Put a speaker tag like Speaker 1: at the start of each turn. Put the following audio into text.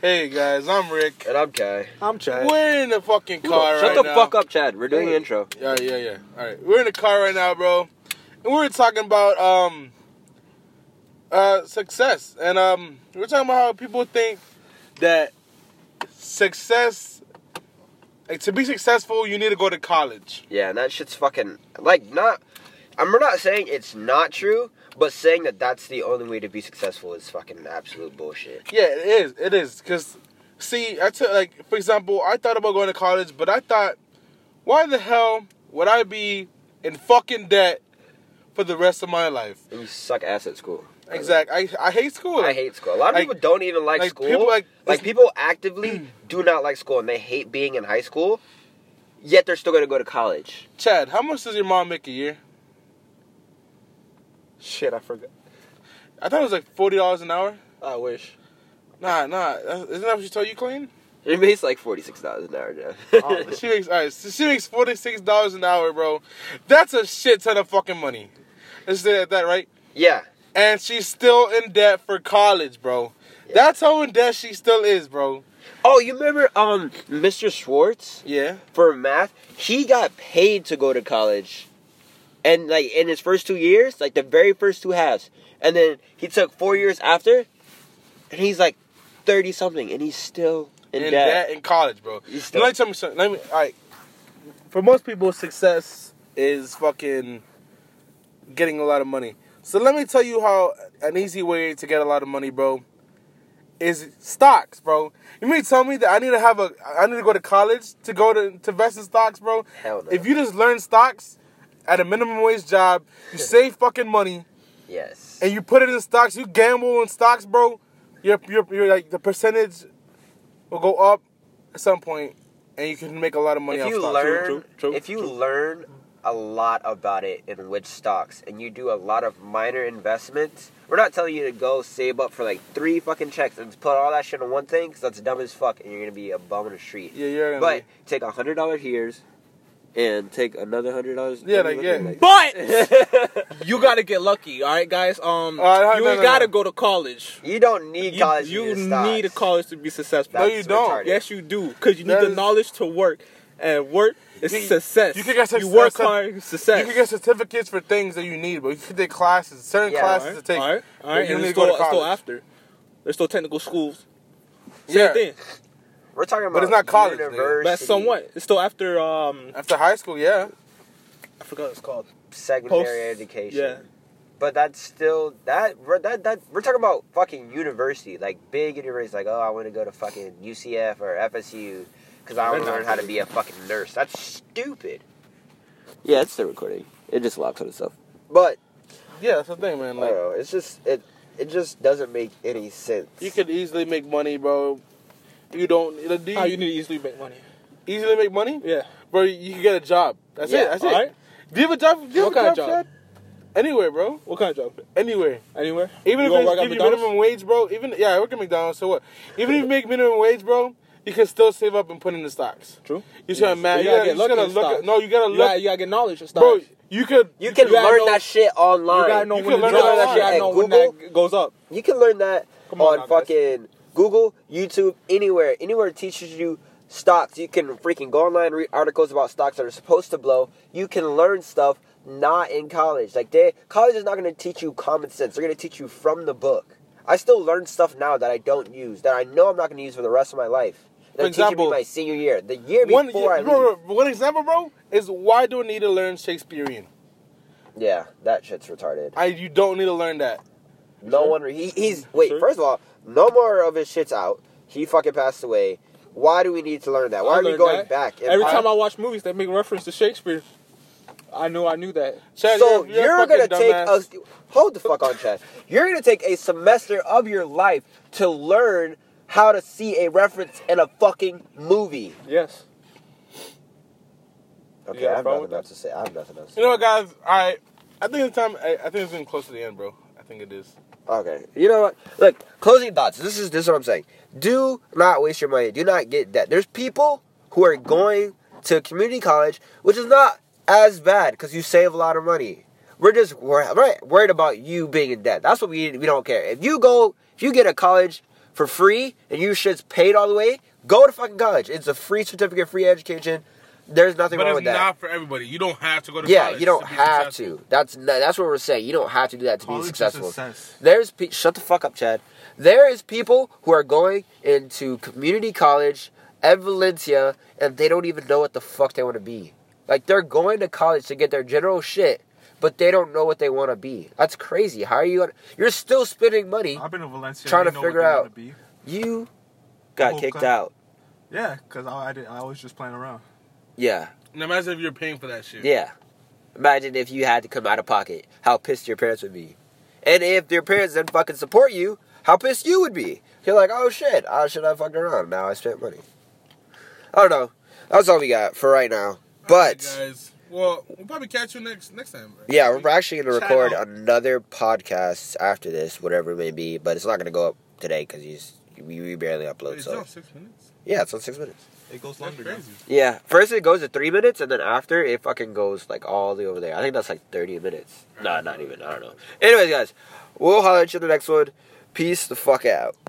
Speaker 1: Hey guys, I'm Rick.
Speaker 2: And I'm Kai.
Speaker 3: I'm Chad.
Speaker 1: We're in the fucking car
Speaker 2: Shut
Speaker 1: right
Speaker 2: the
Speaker 1: now.
Speaker 2: fuck up, Chad. We're doing an intro.
Speaker 1: Yeah, yeah, yeah. All right, we're in the car right now, bro, and we're talking about um uh success, and um we're talking about how people think that success, like to be successful, you need to go to college.
Speaker 2: Yeah, and that shit's fucking like not. I'm not saying it's not true, but saying that that's the only way to be successful is fucking absolute bullshit.
Speaker 1: Yeah, it is. It is because see, I took like for example, I thought about going to college, but I thought, why the hell would I be in fucking debt for the rest of my life?
Speaker 2: And you suck ass at school.
Speaker 1: Exactly. I I hate school.
Speaker 2: I hate school. A lot of
Speaker 1: Like-
Speaker 2: people don't even like,
Speaker 1: like,
Speaker 2: school.
Speaker 1: people like-
Speaker 2: like, people actively do not like school and they hate being in high school. Yet they're still gonna go to college.
Speaker 1: Chad, how much does your mom make a year?
Speaker 3: Shit, I forgot.
Speaker 1: I thought it was like forty dollars an hour.
Speaker 3: I wish.
Speaker 1: Nah, nah. that- Isn't that what she told you, Clayton?
Speaker 2: It makes like forty six dollars an hour now.
Speaker 1: Oh, she makes all right. So she makes forty six dollars an hour, bro. That's a shit ton of fucking money. Let's say that, right?
Speaker 2: yeah,
Speaker 1: And she's still in debt for college, bro. That's how in debt she still is, bro.
Speaker 2: Oh, you remember um Mr. Schwartz
Speaker 1: Yeah.
Speaker 2: for math? He got paid to go to college. And like in his first two years, like the very first two halves. And then he took four years after and he's like thirty something and he's still in,
Speaker 1: in
Speaker 2: debt.
Speaker 1: that in college, bro.
Speaker 2: He's
Speaker 1: Now,
Speaker 2: still-
Speaker 1: let me tell me something. Let me. All right. For most people, success is fucking getting a lot of money. So let me tell you how an easy way to get a lot of money, bro, is stocks, bro. You mean to tell me that I need to have a I need to go to college to go to to invest in stocks, bro?
Speaker 2: Hell no.
Speaker 1: If you just learn stocks at a minimum wage job, you save fucking money
Speaker 2: Yes.
Speaker 1: and you put it in stocks, you gamble in stocks, bro, your your your like the percentage will go up at some point, and you can make a lot of money.
Speaker 2: if
Speaker 1: off
Speaker 2: you
Speaker 1: stocks.
Speaker 2: learn
Speaker 3: true, true,
Speaker 2: if you
Speaker 3: true.
Speaker 2: learn a lot about it in which stocks and you do a lot of minor investments we're not telling you to go save up for like three fucking checks and put all that shit on one thing because that's dumb as fuck and you're gonna be a bum in the street
Speaker 1: Yeah, you're gonna
Speaker 2: but take a hundred dollar here's and take another hundred dollars
Speaker 1: Yeah, like, yeah.
Speaker 3: But you gotta get lucky, all right, guys.
Speaker 1: All
Speaker 3: Um,
Speaker 1: right,
Speaker 3: you
Speaker 1: no,
Speaker 3: ain't
Speaker 1: no,
Speaker 3: gotta
Speaker 1: no.
Speaker 3: go to college.
Speaker 2: you don't need
Speaker 3: You,
Speaker 2: college
Speaker 3: you
Speaker 2: to be in
Speaker 3: need a
Speaker 2: stocks.
Speaker 3: college to be successful.
Speaker 1: No, you
Speaker 2: That's
Speaker 1: don't.
Speaker 2: retarded.
Speaker 3: yes, you do, because you need
Speaker 1: That
Speaker 3: the
Speaker 1: is-
Speaker 3: knowledge to work, and work is
Speaker 1: You-
Speaker 3: success.
Speaker 1: you can get
Speaker 3: You work
Speaker 1: success-
Speaker 3: hard, success.
Speaker 1: You can get certificates for things that you need, but you can take classes, certain
Speaker 2: Yeah,
Speaker 1: classes to take.
Speaker 3: All right, all
Speaker 1: but
Speaker 3: right,
Speaker 1: you
Speaker 3: and
Speaker 1: need
Speaker 3: it's
Speaker 1: to go
Speaker 3: still,
Speaker 1: to
Speaker 3: it's still
Speaker 1: college.
Speaker 3: after. There's still technical schools. Same
Speaker 1: Yeah,
Speaker 3: thing,
Speaker 2: we're talking about
Speaker 1: But it's not college, nigga.
Speaker 2: university
Speaker 3: but somewhat. It's still after. Um,
Speaker 1: after high school, yeah.
Speaker 3: I forgot what it's called.
Speaker 2: secondary
Speaker 3: Post-
Speaker 2: education
Speaker 3: Yeah.
Speaker 2: But that's still that we're that that we're talking about fucking university, like big universities, like oh I want to go to fucking UCF or FSU because I want to
Speaker 3: They're not
Speaker 2: learn how to
Speaker 3: big.
Speaker 2: be a fucking nurse. That's stupid. Yeah, it's still recording. It just locks on itself. But
Speaker 1: Yeah, that's the thing, man.
Speaker 2: I don't
Speaker 1: Like,
Speaker 2: know. It's just it it just doesn't make any sense.
Speaker 1: you could easily make money, bro. You don't. like, Do you,
Speaker 3: How Ah, you need to easily make money?
Speaker 1: easily make money,
Speaker 3: Yeah.
Speaker 1: bro? You can get a job. That's
Speaker 2: Yeah,
Speaker 1: it. That's it.
Speaker 3: alright.
Speaker 1: Do you have a job? Do you have
Speaker 3: What
Speaker 1: a
Speaker 3: kind of
Speaker 1: job, Chad?
Speaker 3: job?
Speaker 1: Anywhere, bro.
Speaker 3: What kind of job?
Speaker 1: Anywhere.
Speaker 3: Anywhere?
Speaker 1: Even
Speaker 3: gonna
Speaker 1: if
Speaker 3: work
Speaker 1: they give
Speaker 3: at
Speaker 1: you
Speaker 3: McDonald's?
Speaker 1: minimum wage, bro. Even yeah, I work at McDonald's. So what? Even if you make minimum wage, bro, you can still save up and put in the stocks.
Speaker 3: True.
Speaker 1: You just gotta ma-
Speaker 3: But
Speaker 1: You gotta, you just
Speaker 3: lucky
Speaker 1: gotta
Speaker 3: in
Speaker 1: look.
Speaker 3: stocks.
Speaker 1: At, no, you gotta
Speaker 3: You
Speaker 1: look,
Speaker 3: gotta, you gotta get knowledge of stocks.
Speaker 1: bro. You could.
Speaker 2: You can
Speaker 3: You gotta
Speaker 2: learn
Speaker 3: know-
Speaker 2: that shit online.
Speaker 3: you gotta know
Speaker 1: you
Speaker 3: when
Speaker 1: can
Speaker 3: the
Speaker 1: learn all
Speaker 3: drop.
Speaker 1: that
Speaker 3: You gotta
Speaker 2: shit.
Speaker 3: know
Speaker 2: At
Speaker 3: when
Speaker 2: Google.
Speaker 3: that goes up.
Speaker 2: You can learn that
Speaker 3: Come on
Speaker 2: on,
Speaker 3: now, guys.
Speaker 2: fucking Google, YouTube, anywhere. Anywhere teaches you stocks. You can freaking go online, read articles about stocks that are supposed to blow. You can learn stuff not in college. Like they college is not going to teach you common sense. They're going to teach you from the book. I still learn stuff now that I don't use that I know I'm not going to use for the rest of my life. They're
Speaker 1: For
Speaker 2: teaching
Speaker 1: example,
Speaker 2: me my senior year, the year before
Speaker 1: One,
Speaker 2: I
Speaker 1: yeah,
Speaker 2: leave.
Speaker 1: bro, bro, one example, bro, is why do I need to learn Shakespearean?
Speaker 2: Yeah, that shit's retarded.
Speaker 1: I you don't need to learn that.
Speaker 2: No one. He, he's wait.
Speaker 3: Sure.
Speaker 2: First of all, no more of his shits out. He fucking passed away. Why do we need to learn that? Why are
Speaker 3: I
Speaker 2: we
Speaker 3: learned
Speaker 2: going
Speaker 3: that.
Speaker 2: back?
Speaker 3: Every time I watch movies, they make reference to Shakespeare. I knew, I knew that.
Speaker 1: Chad,
Speaker 2: so
Speaker 1: you're, you're, a
Speaker 2: gonna
Speaker 1: fucking
Speaker 2: take
Speaker 1: dumbass.
Speaker 2: us. Hold the fuck on, Chad. You're gonna take a semester of your life to learn how to see a reference in a fucking movie.
Speaker 3: Yes.
Speaker 2: Okay,
Speaker 3: got a
Speaker 2: I have
Speaker 3: problem
Speaker 2: nothing
Speaker 3: with
Speaker 2: else to say. I have nothing else. To
Speaker 1: You know, what, guys. I I think it's time. I, I think it's getting close to the end, bro. I think it is.
Speaker 2: Okay. You know what? Look, closing thoughts. This is this is what I'm saying. Do not waste your money. Do not get debt. There's people who are going to community college, which is not as bad because you save a lot of money. We're just wor- right, worried about you being in debt. That's what we we don't care. If you go, if you get a college for free and you shit's paid all the way, go to fucking college. It's a free certificate, free education. There's nothing
Speaker 1: But
Speaker 2: wrong
Speaker 1: it's
Speaker 2: with that.
Speaker 1: not for everybody. You don't have to go to
Speaker 2: yeah,
Speaker 1: college
Speaker 2: you don't
Speaker 1: to be
Speaker 2: have
Speaker 1: successful.
Speaker 2: to. That's n- that's what we're saying. You don't have to do that to be successful.
Speaker 1: success.
Speaker 2: There's pe- shut the fuck up, Chad. There is people who are going into community college at Valencia and they don't even know what the fuck they want to be. Like they're going to college to get their general shit, but they don't know what they want to be. That's crazy. How are you? gonna- You're still spending money.
Speaker 4: I've been to Valencia.
Speaker 2: Trying
Speaker 4: they
Speaker 2: to
Speaker 4: know what
Speaker 2: figure
Speaker 4: they wanna
Speaker 2: out.
Speaker 4: Be.
Speaker 2: You got
Speaker 4: Whole
Speaker 2: kicked
Speaker 4: class.
Speaker 2: out.
Speaker 4: Yeah, because I, I, did, I was just playing around.
Speaker 2: Yeah,
Speaker 1: And imagine if you're paying for that shit.
Speaker 2: yeah. Imagine if you had to come out of pocket. How pissed your parents would be. And if your parents didn't fucking support you, how pissed you would be. You're like, oh shit, I should have fucked around. Now I spent money. I don't know. That's all we got for right now. But
Speaker 1: Alright, guys. Well, we'll probably catch you next next time. Bro.
Speaker 2: yeah, we're actually going to
Speaker 1: Shout
Speaker 2: record
Speaker 1: out.
Speaker 2: another podcast after this, whatever it may be. But it's not going to go up today because you s- we we barely
Speaker 1: Wait,
Speaker 2: upload.
Speaker 1: it's
Speaker 2: So
Speaker 1: not six minutes.
Speaker 2: yeah, it's on six minutes.
Speaker 4: It goes
Speaker 1: That's
Speaker 4: longer. now.
Speaker 1: crazy.
Speaker 2: Yeah, first it goes to three minutes, and then after it fucking goes like all the way over there. I think that's like thirty minutes. Nah, not even. I don't know. Anyways, guys, we'll holler at you in the next one. Peace the fuck out.